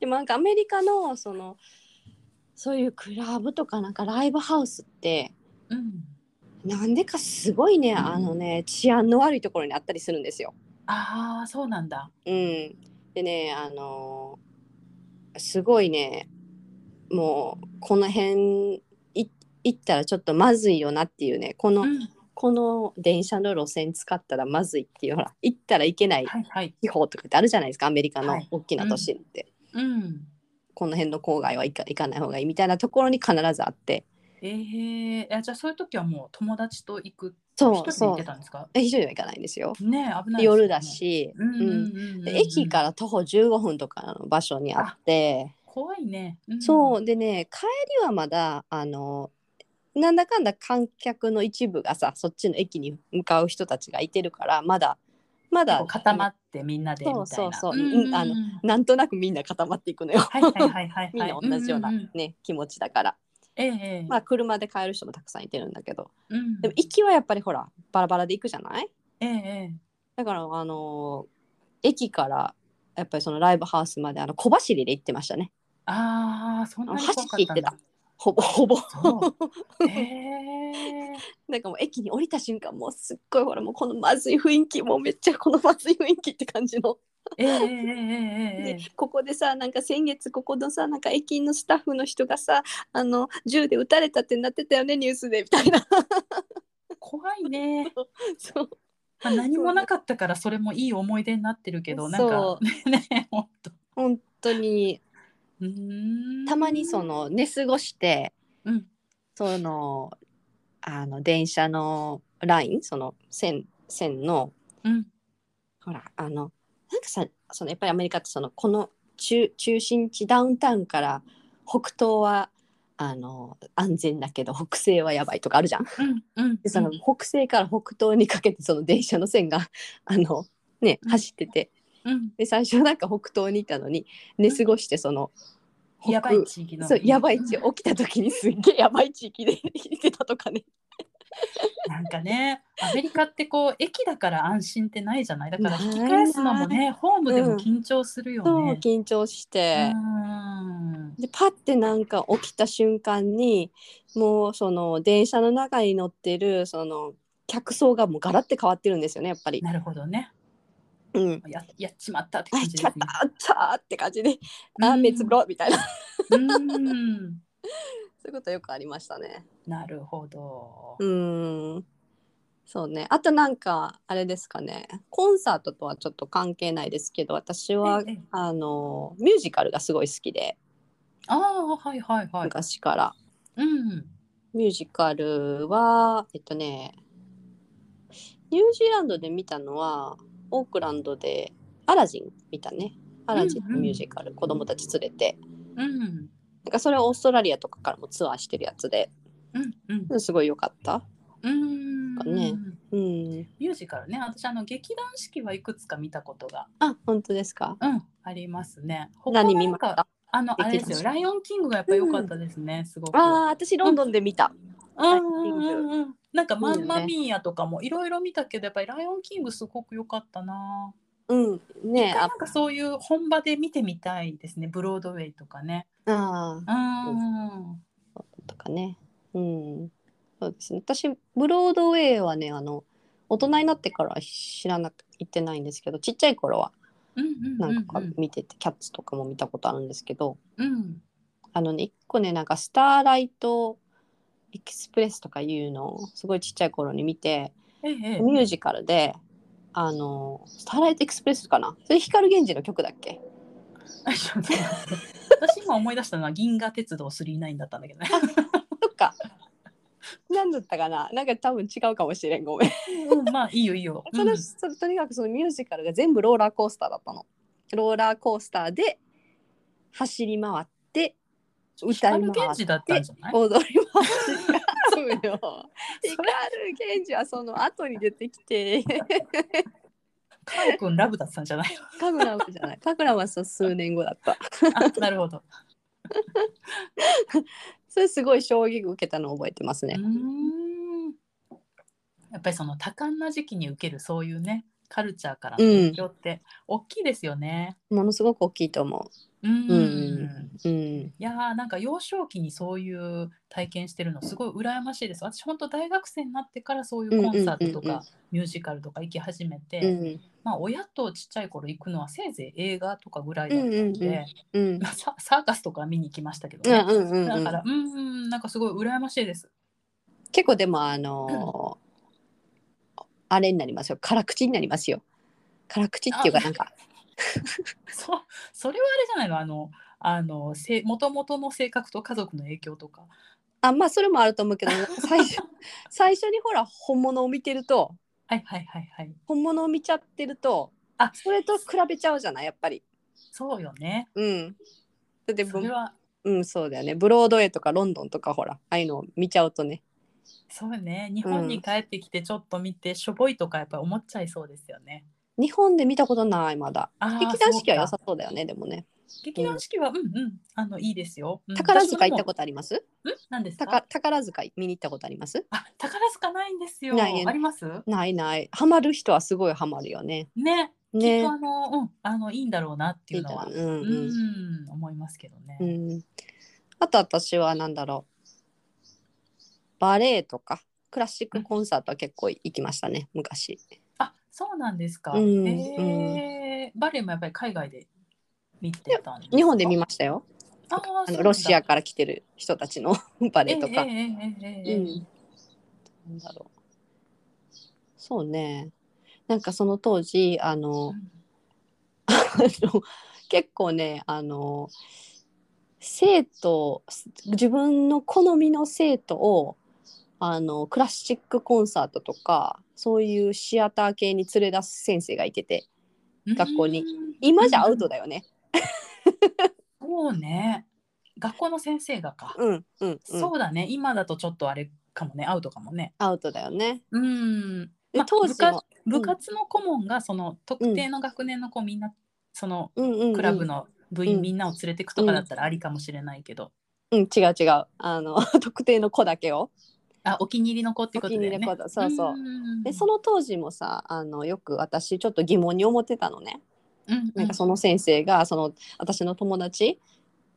Speaker 2: でもなんかアメリカのそのそういうクラブとかなんかライブハウスって
Speaker 1: うん。
Speaker 2: なんでかすごいねあのね治安の悪いところにあったりするんですよ。
Speaker 1: ああそうなんだ。
Speaker 2: うん、でねあのすごいねもうこの辺い行ったらちょっとまずいよなっていうねこの、
Speaker 1: うん
Speaker 2: この電車の路線使ったらまずいっていうほら行ったらいけない
Speaker 1: はいはい。
Speaker 2: 地方とかってあるじゃないですかアメリカ
Speaker 1: は
Speaker 2: の
Speaker 1: い
Speaker 2: 大きな都市って、
Speaker 1: うん。
Speaker 2: この辺の郊外は行か行かない方がいいみたいなところに必ずあって
Speaker 1: えー、あじゃあそういう時はもう友達と行く。一
Speaker 2: そう
Speaker 1: 人で行
Speaker 2: そ
Speaker 1: っ
Speaker 2: う
Speaker 1: てたんですか
Speaker 2: え一人では行かないんですよ
Speaker 1: ねえ危ないですよね
Speaker 2: 夜だ。し、
Speaker 1: うんうんうんうん、。
Speaker 2: で駅からら徒歩15分とかの場所にあって
Speaker 1: 怖いね。ん
Speaker 2: そうでね帰りはまだあのなんだかんだ観客の一部がさそっちの駅に向かう人たちがいてるからまだま
Speaker 1: 結
Speaker 2: だ
Speaker 1: 構固まってみんなでみたいな。
Speaker 2: そうそうそう
Speaker 1: うん
Speaker 2: あのなんとなくみんな固まっていくのよ。
Speaker 1: はいはいはいはい、はい。
Speaker 2: みんな同じような
Speaker 1: うん
Speaker 2: ね、
Speaker 1: んん
Speaker 2: 気持ちだから、
Speaker 1: ええええ
Speaker 2: まあ、車で帰る人もたくさんいてるんだけど
Speaker 1: うん、
Speaker 2: でも行きはやっぱりほらバラバラで行くじゃない
Speaker 1: えええ
Speaker 2: だからあのー駅からやっぱりそのライブハウスまであの小走りで行ってましたね
Speaker 1: えああそんなに怖かったんだ。
Speaker 2: ほぼほぼ
Speaker 1: そうええ
Speaker 2: [laughs] なんかもう駅に降りた瞬間もうすっごいほらもうこのまずい雰囲気もうめっちゃこのまずい雰囲気って感じの、
Speaker 1: ええええ
Speaker 2: [laughs]
Speaker 1: えええ
Speaker 2: でここでさなんか先月ここのさなんか駅員のスタッフの人がさあの銃で撃たれたってなってたよねニュースでみたいな [laughs]
Speaker 1: え怖いね。
Speaker 2: そう
Speaker 1: まあ、何もなかったからそれもいい思い出になってるけどなんか [laughs]
Speaker 2: そ
Speaker 1: ねえ本当。
Speaker 2: 本当に
Speaker 1: うーん
Speaker 2: たまにその寝過ごして
Speaker 1: うん
Speaker 2: そのあの電車のラインその線線の
Speaker 1: うん
Speaker 2: ほらあのなんかさそのやっぱりアメリカってそのこの中中心地ダウンタウンから北東はあの安全だけど北西はやばいとかあるじゃん。
Speaker 1: うんうん
Speaker 2: でその北西から北東にかけてその電車の線があのね
Speaker 1: うん
Speaker 2: 走ってて
Speaker 1: うん
Speaker 2: で最初なんか北東にいたのに寝過ごしてその北
Speaker 1: やばい地域の
Speaker 2: そうやばい地起きた時にすっげえやばい地域で生きてたとかね
Speaker 1: [laughs] なんかねアメリカってこう駅だから安心ってないじゃないだから
Speaker 2: ない
Speaker 1: 引き返すのもねホームでも緊張するよ
Speaker 2: そう
Speaker 1: ね。
Speaker 2: 緊張して、
Speaker 1: うん
Speaker 2: でパッてなんか起きた瞬間にもうその電車の中に乗ってるその客層がもうガラッて変わってるんですよねやっぱり。
Speaker 1: なるほどね
Speaker 2: うん
Speaker 1: ややっちまったって
Speaker 2: あ
Speaker 1: 感
Speaker 2: やっ
Speaker 1: じで
Speaker 2: ち
Speaker 1: す
Speaker 2: ま
Speaker 1: ね
Speaker 2: っ。たあったーって感じで、あー別風呂みたいな
Speaker 1: うん
Speaker 2: そういうことよくありましたね。
Speaker 1: なるほど
Speaker 2: う。ーんそうねあとなんかあれですかねコンサートとはちょっと関係ないですけど私は
Speaker 1: ええ
Speaker 2: あのミュージカルがすごい好きで
Speaker 1: ああはいはいはい。
Speaker 2: 昔から
Speaker 1: うん
Speaker 2: ミュージカルはえっとねニュージーランドで見たのはオークランドで「アラジン」見たね「アラジン」のミュージカル、子供たち連れて
Speaker 1: うん
Speaker 2: なんかそれはオーストラリアとかからもツアーしてるやつで
Speaker 1: うんうん
Speaker 2: うんすごい良かった。
Speaker 1: うん。
Speaker 2: かねうん、
Speaker 1: ミュージカルね私あの劇団四季はいくつか見たことが
Speaker 2: あ本当ですか
Speaker 1: うんありますね。他は
Speaker 2: 何見
Speaker 1: な
Speaker 2: ま
Speaker 1: ん
Speaker 2: し
Speaker 1: か
Speaker 2: た
Speaker 1: あのあれですよ
Speaker 2: 劇
Speaker 1: ライオンキングがやっぱ良かったですね、すごく。
Speaker 2: あー私ロンドンで見た。
Speaker 1: うん
Speaker 2: ング
Speaker 1: うんうんなんかマンマ
Speaker 2: いいよね
Speaker 1: ミーアとかもいろいろ見たけどやっぱりライオンキングすごく良かったな。
Speaker 2: うん、ね
Speaker 1: 一回
Speaker 2: あ
Speaker 1: なんかそういう本場で見てみたいですねブロードウェイとかね。
Speaker 2: あー
Speaker 1: うん。
Speaker 2: とかね。うん。そうですね。私、ブロードウェイはね、あの、大人になってから知らなく、行ってないんですけど、ちっちゃい頃は、
Speaker 1: うんうんう
Speaker 2: なん
Speaker 1: うん
Speaker 2: か見てて、キャッツとかも見たことあるんですけど、
Speaker 1: うん
Speaker 2: あのね、一個ね、なんか、スターライトエクスプレスとかいうのを、すごいちっちゃい頃に見て、
Speaker 1: ええええ
Speaker 2: ミュージカルで、あの、スターライトエクスプレスかなそれ、光源氏の曲だっけ
Speaker 1: ちょっと待って [laughs] 私今思い出したのは銀河鉄道999だったんだけど
Speaker 2: [laughs]
Speaker 1: ね。
Speaker 2: そっか。何だったかななんか多分違うかもしれん。ごめん。
Speaker 1: うんまあいいよいいよ。
Speaker 2: それそれとにかくそのミュージカルが全部ローラーコースターだったの。ローラーコースターで走り回って歌い
Speaker 1: 光
Speaker 2: 回
Speaker 1: 源
Speaker 2: って
Speaker 1: 氏だったんじゃない？
Speaker 2: 踊り回してそうよ。光源氏はその後に出てきて [laughs]
Speaker 1: カイ君ラブだったんじゃない？
Speaker 2: カグラムじゃないカグラムはそう数年後だった。 [laughs]
Speaker 1: あなるほど。
Speaker 2: それすごい衝撃を受けたのを覚えてます
Speaker 1: うー
Speaker 2: ね。
Speaker 1: んやっぱりその多感な時期に受けるそういうねカルチャーからの影響って大きいですよね。
Speaker 2: ものすごく大きいと思
Speaker 1: うーん
Speaker 2: うんう。うん、
Speaker 1: いやーなんか幼少期にそういう体験してるのすごい羨ましいです。私本当大学生になってからそういうコンサートと
Speaker 2: うんうんうんうん
Speaker 1: かミュージカルとか行き始めて、
Speaker 2: うん、
Speaker 1: まあ親とちっちゃい頃行くのはせいぜい映画とかぐらいだったので、
Speaker 2: うんうんうんうん、
Speaker 1: まあササーカスとか見に行きましたけど
Speaker 2: うん、
Speaker 1: ね。
Speaker 2: うん、うん、
Speaker 1: だからうんうんなんかすごい羨ましいです。
Speaker 2: 結構でもあのーあれになりますよ辛口になりますよ辛口っていうか
Speaker 1: あ
Speaker 2: なんか
Speaker 1: [laughs] そそれはあれじゃないのあのあのせ元々の性格と家族の影響とか
Speaker 2: あまあそれもあると思うけど最初最初にほら本物を見てると
Speaker 1: はいはいはいはい
Speaker 2: 本物を見ちゃってると
Speaker 1: あ
Speaker 2: それと比べちゃうじゃないやっぱり
Speaker 1: そうよね
Speaker 2: うんだって
Speaker 1: そ
Speaker 2: ぶ
Speaker 1: れは
Speaker 2: うんそうだよねブロードウェイとかロンドンとかほらああいうのを見ちゃうとね
Speaker 1: そうよね日本に帰ってきてちょっと見てしょぼいとかやっぱり思っちゃいそうですよね
Speaker 2: 日本で見たことないまだ
Speaker 1: あー
Speaker 2: 劇団四季
Speaker 1: そう
Speaker 2: は良
Speaker 1: か
Speaker 2: さそうだよねでもね
Speaker 1: 劇団四季は、うん、うんあのいいですよ。うん
Speaker 2: 宝塚行
Speaker 1: 私も
Speaker 2: った
Speaker 1: でも
Speaker 2: ことあります
Speaker 1: うん、なんです
Speaker 2: たか
Speaker 1: か。
Speaker 2: 宝塚見に行ったことあります
Speaker 1: あ、宝塚ないんですよ。
Speaker 2: ないね
Speaker 1: あります。
Speaker 2: ないないハマる人はすごいハマるよね
Speaker 1: ね。きっ
Speaker 2: ね
Speaker 1: とあの、うん、あのいいんだろうなっていうのは。
Speaker 2: いいんだろ
Speaker 1: う
Speaker 2: ううんうん
Speaker 1: ん、思いますけどね。
Speaker 2: うん、あと私は何だろうバレエとかクラシックコンサートは結構行きましたね昔
Speaker 1: あ、そうなんですか。
Speaker 2: うん
Speaker 1: えーバレエもやっぱり海外で見てたんですか。
Speaker 2: 日本で見ましたよ
Speaker 1: あー
Speaker 2: あ
Speaker 1: そうなん
Speaker 2: の
Speaker 1: だ
Speaker 2: ロシアから来てる人たちの [laughs] バレエとか、
Speaker 1: えーえーえーえーえー
Speaker 2: うんなんだろうそうねなんかその当時あの、
Speaker 1: う
Speaker 2: [laughs]
Speaker 1: ん
Speaker 2: あの結構ねあの生徒自分の好みの生徒をあのクラシックコンサートとかそういうシアター系に連れ出す先生がいてて学校に
Speaker 1: うん
Speaker 2: 今じゃアウトだよね。
Speaker 1: そうね。学校の先生がか。
Speaker 2: うんうん、うん
Speaker 1: そうだね。今だとちょっとあれかもね。アウトかもね。
Speaker 2: アウトだよね。
Speaker 1: うん。
Speaker 2: で
Speaker 1: まあ
Speaker 2: 当時
Speaker 1: 部活
Speaker 2: も
Speaker 1: 部活の顧問がその特定の学年の子みんな、その
Speaker 2: うんうんうん、
Speaker 1: クラブの部員
Speaker 2: うん
Speaker 1: みんなを連れてくとかだったらありかもしれないけど、
Speaker 2: うん違う違うあの [laughs] 特定の子だけを。
Speaker 1: あお気に入りの子ってことだよ
Speaker 2: お気に入り
Speaker 1: ね
Speaker 2: の。子そうそう。
Speaker 1: ん
Speaker 2: でその当時もさあのよく私ちょっと疑問に思ってたのね。
Speaker 1: うん
Speaker 2: なんかその先生がその私の友達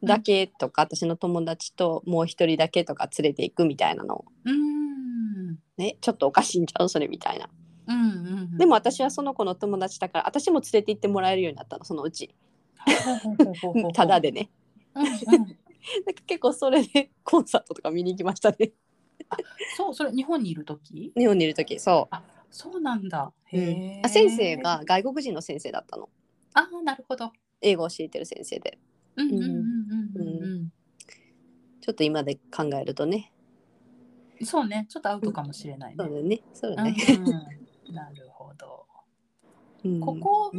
Speaker 2: だけとか、私の友達ともう一人だけとか連れていくみたいなの
Speaker 1: うん
Speaker 2: ねちょっとおかしいんちゃうそれみたいな
Speaker 1: うんうん
Speaker 2: でも私はその子の友達だから私も連れて行ってもらえるようになったのそのうちうんただ、でね [laughs]
Speaker 1: ほうほうほうほうほううんうん
Speaker 2: なんか結構それで [laughs] コンサートとか見に行きましたね
Speaker 1: そうそれ [laughs] 日本にいる時
Speaker 2: 日本にいる時そ
Speaker 1: そうなんだ。
Speaker 2: う、う
Speaker 1: へ
Speaker 2: ん
Speaker 1: え、
Speaker 2: あ先生が外国人の先生だったの
Speaker 1: あなるほど。
Speaker 2: 英語を教えてる先生で
Speaker 1: うんうんうんうんうん
Speaker 2: ちょっと今で考えるとね
Speaker 1: うん。そうねちょっとアウトかもしれないね
Speaker 2: そう。だねそうだね、
Speaker 1: うんなるほど。
Speaker 2: [laughs] うん、
Speaker 1: ここ
Speaker 2: う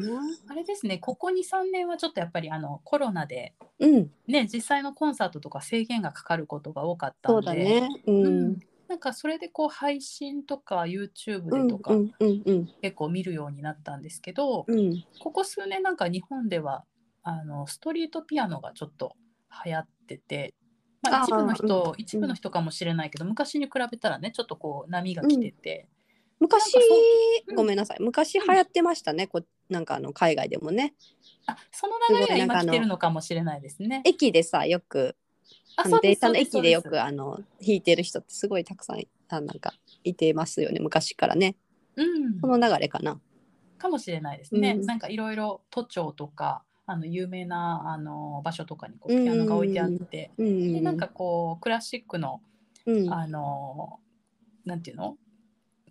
Speaker 1: あれですね。ここ2、3年はちょっとやっぱりあのコロナで
Speaker 2: ん
Speaker 1: ね実際のコンサートとか制限がかかることが多かったんで。
Speaker 2: そうだねうん、
Speaker 1: うん。なんかそれでこう配信とか YouTube でとか
Speaker 2: うんうんうん
Speaker 1: 結構見るようになったんですけど、
Speaker 2: うんうん
Speaker 1: ここ数年なんか日本ではあのストリートピアノがちょっと流行ってて、まあ、
Speaker 2: あー
Speaker 1: 一部の人、
Speaker 2: うん
Speaker 1: 一部の人かもしれないけど昔に比べたらねちょっとこう波が来てて、
Speaker 2: 昔
Speaker 1: なんかそううん
Speaker 2: ごめんなさい昔流行ってましたねこなんかあの海外でもね
Speaker 1: あその流れが
Speaker 2: すごいなんか
Speaker 1: 今
Speaker 2: あ
Speaker 1: 来
Speaker 2: の
Speaker 1: てるのかもしれないですね。
Speaker 2: 駅でさよく
Speaker 1: あ
Speaker 2: あ
Speaker 1: そ
Speaker 2: の
Speaker 1: うで
Speaker 2: 電
Speaker 1: すそうです
Speaker 2: 車の駅でよ
Speaker 1: そう
Speaker 2: くあの弾いてる人ってすごいたくさんあなんかいてますよね昔からね
Speaker 1: すうん
Speaker 2: その流れかな
Speaker 1: かもしれないですね。
Speaker 2: うん
Speaker 1: なんかいろいろ都庁とかあの有名なあの場所とかにこうピアノが置いてあって、
Speaker 2: うんうん
Speaker 1: でなんかこうクラシックの
Speaker 2: うん
Speaker 1: あのなんていうの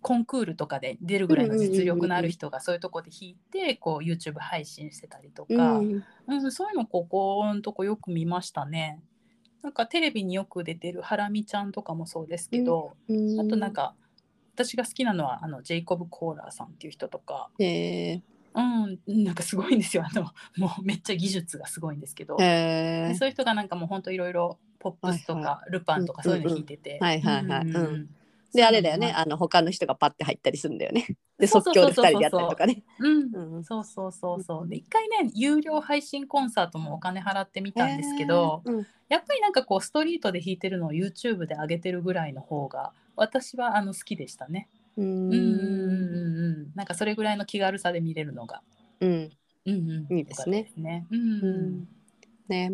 Speaker 1: コンクールとかで出るぐらいの実力のある人がそういうとこで弾いてこう YouTube 配信してたりと
Speaker 2: う
Speaker 1: か、
Speaker 2: ん
Speaker 1: うん、そういうのここんとこよく見ましたね。なんかテレビによく出てるハラミちゃんとかもそうですけど、
Speaker 2: うん
Speaker 1: あとなんか私が好きなのはあのジェイコブ・コーラーさんっていう人とか、
Speaker 2: へ
Speaker 1: うん、なんかすごいんですよあのもうめっちゃ技術がすごいんですけど
Speaker 2: ー、へ
Speaker 1: で
Speaker 2: ー
Speaker 1: そういう人がなんかもうほんといろいろポップスと
Speaker 2: はい
Speaker 1: かルパンとかそういうの弾いてて、
Speaker 2: うんはいはいはいうん
Speaker 1: そう
Speaker 2: で
Speaker 1: な
Speaker 2: あ
Speaker 1: ん
Speaker 2: れだよねあの他の人がパッて入ったりするんだよねで
Speaker 1: そうそ
Speaker 2: 即
Speaker 1: うそうそう
Speaker 2: 興で2人でやったりとかね
Speaker 1: うん
Speaker 2: うん
Speaker 1: そうそうそうそうで一回ね有料配信コンサートもお金払ってみたんですけど、
Speaker 2: へーうん
Speaker 1: やっぱりなんかこうストリートで弾いてるのを YouTube で上げてるぐらいの方が私はあの好きでしたね
Speaker 2: う
Speaker 1: うんんうんうんうんなんかそれぐらいの気軽さで見れるのが
Speaker 2: うん
Speaker 1: うんうん
Speaker 2: いいですね
Speaker 1: 良かったねうん、
Speaker 2: うんね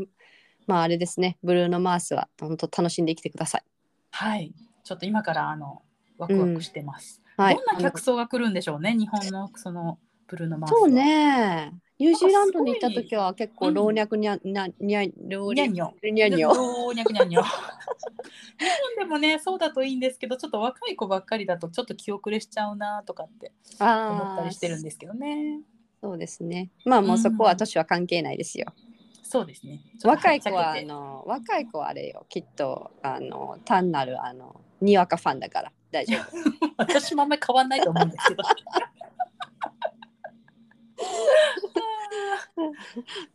Speaker 2: まああれですねブルーノ・マースは本当楽しんで生きてください
Speaker 1: はいちょっと今からあのワクワクしてます、
Speaker 2: はい、
Speaker 1: どんな客層が来るんでしょうね日本のそのブルーノマースは
Speaker 2: そうねニュージーランドに行った時は結構老若にゃ、なにゃ老
Speaker 1: にゃ
Speaker 2: 若
Speaker 1: んにょん。
Speaker 2: にゃにょ
Speaker 1: 老若にゃんにょん。日本でもね、そうだといいんですけど、ちょっと若い子ばっかりだと、ちょっと気遅れしちゃうなとかって思
Speaker 2: あ
Speaker 1: った
Speaker 2: あ
Speaker 1: りしてるんですけどね。
Speaker 2: そうですねまあもうそこは年は関係ないですよ、
Speaker 1: そうですね。
Speaker 2: 若い子はあ [laughs]
Speaker 1: ちょっとはっちゃけて
Speaker 2: の若い子はあれよきっとあの単なるあのにわかファンだから
Speaker 1: [laughs]
Speaker 2: 大丈夫
Speaker 1: 私もあんまり変わんないと思うんですけど。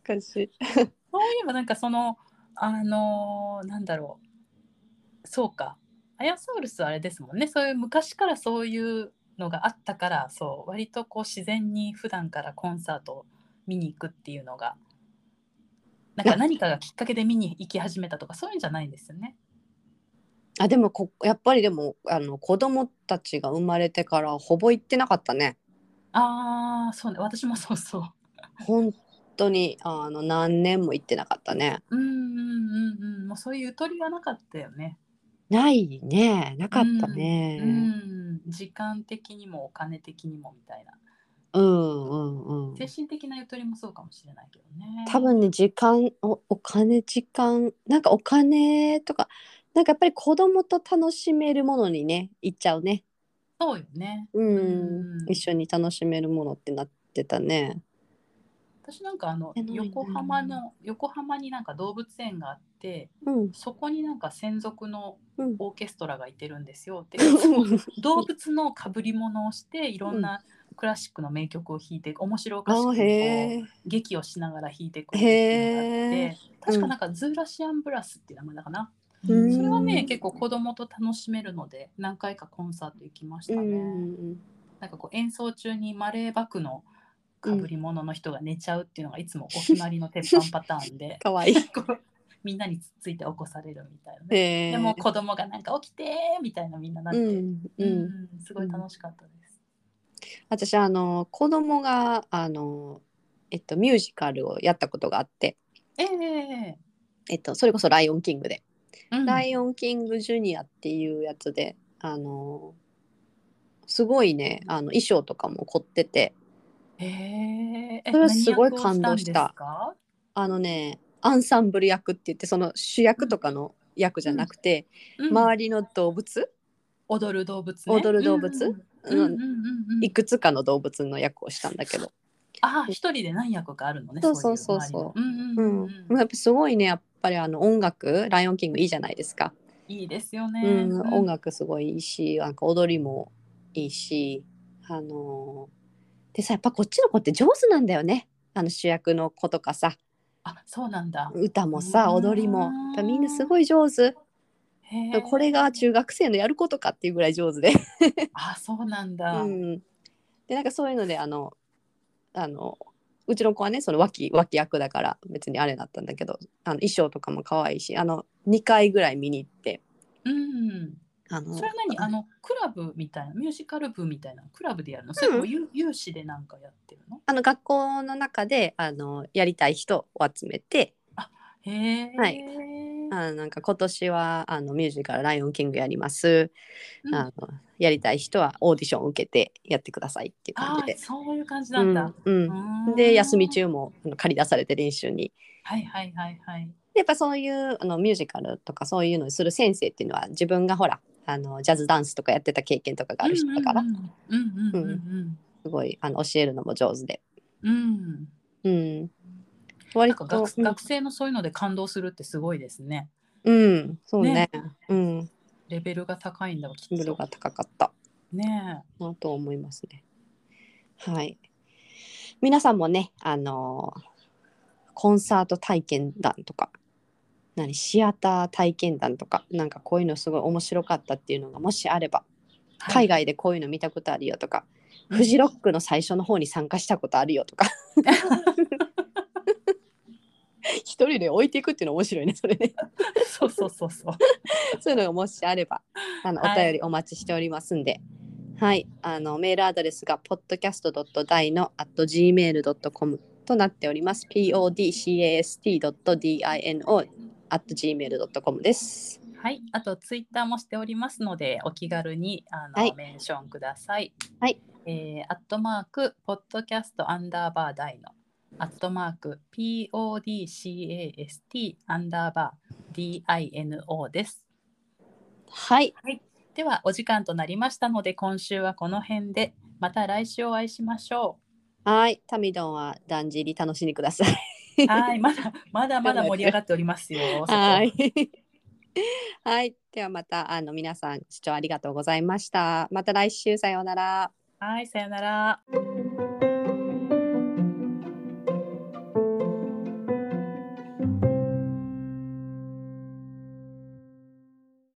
Speaker 2: おかしい
Speaker 1: そういえばなんかそのあのーなんだろうそうかアヤソウルスはあれですもんねそういう昔からそういうのがあったからそう割とこう自然に普段からコンサートを見に行くっていうのがなんか何かがきっかけで見に行き始めたとかそういうんじゃないんですよね。
Speaker 2: あでもこやっぱりでもあの子供たちが生まれてからほぼ行ってなかったね
Speaker 1: ああそうね私もそうそう。
Speaker 2: 本当にあの何年も行ってなかったね
Speaker 1: うんうんうんうんもうそういうゆとりがなかったよね。
Speaker 2: ないねなかったね
Speaker 1: うん時間的にもお金的にもみたいな。
Speaker 2: うんうんうん
Speaker 1: 精神的なゆとりもそうかもしれないけどね。
Speaker 2: 多分ね時間おお金時間なんかお金とかなんかやっぱり子供と楽しめるものにね行っちゃうね
Speaker 1: そうよね。
Speaker 2: うん、
Speaker 1: うん
Speaker 2: 一緒に楽しめるものってなってたね
Speaker 1: 私なんかあの
Speaker 2: えない
Speaker 1: 横浜の横浜になんか動物園があって、
Speaker 2: うん
Speaker 1: そこになんか専属の
Speaker 2: うん
Speaker 1: オーケストラがいてるんですよって、
Speaker 2: [laughs] うん
Speaker 1: 動物の被り物をしていろんなクラシックの名曲を弾いて面白おかしく
Speaker 2: あ
Speaker 1: こう
Speaker 2: へえ
Speaker 1: 劇をしながら弾いてくれるっていうのがあって確かなんかズーラシアンブラスっていう名前だかな、
Speaker 2: うん
Speaker 1: それはね結構子供と楽しめるので何回かコンサート行きまし
Speaker 2: う
Speaker 1: たね。
Speaker 2: ん
Speaker 1: なんかこう演奏中にマレーバクのかぶり物の人が寝ちゃうっていうのがいつもお決まりの鉄板パターンで
Speaker 2: [laughs] かわいい
Speaker 1: [laughs] こうみんなにつっついて起こされるみたいな、ね
Speaker 2: へえ
Speaker 1: でも子供がなんか起きてーみたいなみんななっ
Speaker 2: う
Speaker 1: て、
Speaker 2: んう
Speaker 1: うんんすごい楽しかったです。
Speaker 2: 私あの子供があのえっとミュージカルをやったことがあって、
Speaker 1: ええ
Speaker 2: えっと、それこそ「ライオンキングで」
Speaker 1: うん
Speaker 2: ライオンキングジュニア」っていうやつであのすごいねあの衣装とかも凝ってて
Speaker 1: えええ
Speaker 2: それはすごい
Speaker 1: 何役をんですか
Speaker 2: 感あのねアンサンブル役って言ってその主役とかの役じゃなくて、
Speaker 1: うん
Speaker 2: 周りの動物、
Speaker 1: 踊る動物、ね、
Speaker 2: 踊る動物
Speaker 1: うん
Speaker 2: う
Speaker 1: うんんうんうんうん
Speaker 2: いくつかの動物の役をしたんだけど、
Speaker 1: あー一人で何役かあるのね
Speaker 2: そうそうそうそ
Speaker 1: い周
Speaker 2: う
Speaker 1: りのう
Speaker 2: う
Speaker 1: んんうんうん
Speaker 2: まあやっぱすごいねやっぱりあの音楽「ライオンキング」いいじゃないですか。
Speaker 1: いいですよね、
Speaker 2: うん、音
Speaker 1: 楽
Speaker 2: 楽すごいいいしなんか踊りもいいしあのーでさやっぱこっちの子って上手なんだよねあの主役の子とかさ
Speaker 1: あそうなんだ
Speaker 2: 歌もさ
Speaker 1: うん
Speaker 2: 踊りもやっぱみんなすごい上手
Speaker 1: へー
Speaker 2: これが中学生のやることかっていうぐらい上手で、
Speaker 1: [laughs] あそうなん
Speaker 2: う
Speaker 1: だ、
Speaker 2: ん、でなんかそういうのであのあのうちの子はねその脇脇役だから別にあれだったんだけどあの衣装とかも可愛いしあの2回ぐらい見に行って
Speaker 1: うん、
Speaker 2: あの
Speaker 1: それは何あのクラブみたいなミュージカル部みたいなクラブでやるのそれとも有有志でなんかやってるの
Speaker 2: あの学校の中であのやりたい人を集めて
Speaker 1: へえ、
Speaker 2: はいあなんか今年はあのミュージカル「ライオンキング」やります、
Speaker 1: うん
Speaker 2: あのやりたい人はオーディションを受けてやってくださいっていう感
Speaker 1: あ
Speaker 2: じで。
Speaker 1: そういう感じなんだ、
Speaker 2: うん
Speaker 1: う
Speaker 2: うん
Speaker 1: ーん
Speaker 2: で休み中もあの借り出されて練習に。
Speaker 1: はいはいはいはい
Speaker 2: でやっぱそういうあのミュージカルとかそういうのをする先生っていうのは自分がほらあのジャズダンスとかやってた経験とかがある人だから、
Speaker 1: うんうんうんうん
Speaker 2: すごいあの教えるのも上手で。
Speaker 1: うんうん
Speaker 2: うん、
Speaker 1: な
Speaker 2: 割
Speaker 1: ん
Speaker 2: と
Speaker 1: か学,、
Speaker 2: うん
Speaker 1: 学生のそういうので感動するってすごいですね
Speaker 2: うん、そうね
Speaker 1: ね
Speaker 2: うん、
Speaker 1: レベルが高いんだわき
Speaker 2: レ
Speaker 1: っ
Speaker 2: ベル
Speaker 1: と
Speaker 2: が高かった。
Speaker 1: ねえ
Speaker 2: なと思いますね。はい。皆さんもね、あのーコンサート体験談とか、何シアター体験談とか、なんかこういうのすごい面白かったっていうのがもしあれば、海外でこういうの見たことあるよとか、フジロックの最初の方に参加したことある
Speaker 1: [laughs]
Speaker 2: よとか。一人で置いていくっていうの面白いね、それね。
Speaker 1: [laughs] そうそうそうそう
Speaker 2: そういうのがもしあれば、あのお
Speaker 1: はい
Speaker 2: 便りお待ちしておりますんで、はい、あのメールアドレスが podcast.dino gmail.com となっております。podcast.dino gmail.com です。
Speaker 1: はい、あとツイッターもしておりますので、お気軽にあの、
Speaker 2: はい
Speaker 1: メンションください。
Speaker 2: はい。
Speaker 1: えー、アットマークポッドキャストアンダーバーダイのアットマーク podcast アンダーバー dino です。
Speaker 2: はい。
Speaker 1: ではお時間となりましたので今週はこの辺でまた来週お会いしましょ
Speaker 2: はい。タミドンはだんじり楽しんでください。 [laughs]
Speaker 1: う。はい、まだまだまだ盛り上がっておりますよ。そこ
Speaker 2: はい。 [laughs] はい。ではまた、あの、皆さん、視聴ありがとうございました。また来週、さようなら。
Speaker 1: はい、さよなら。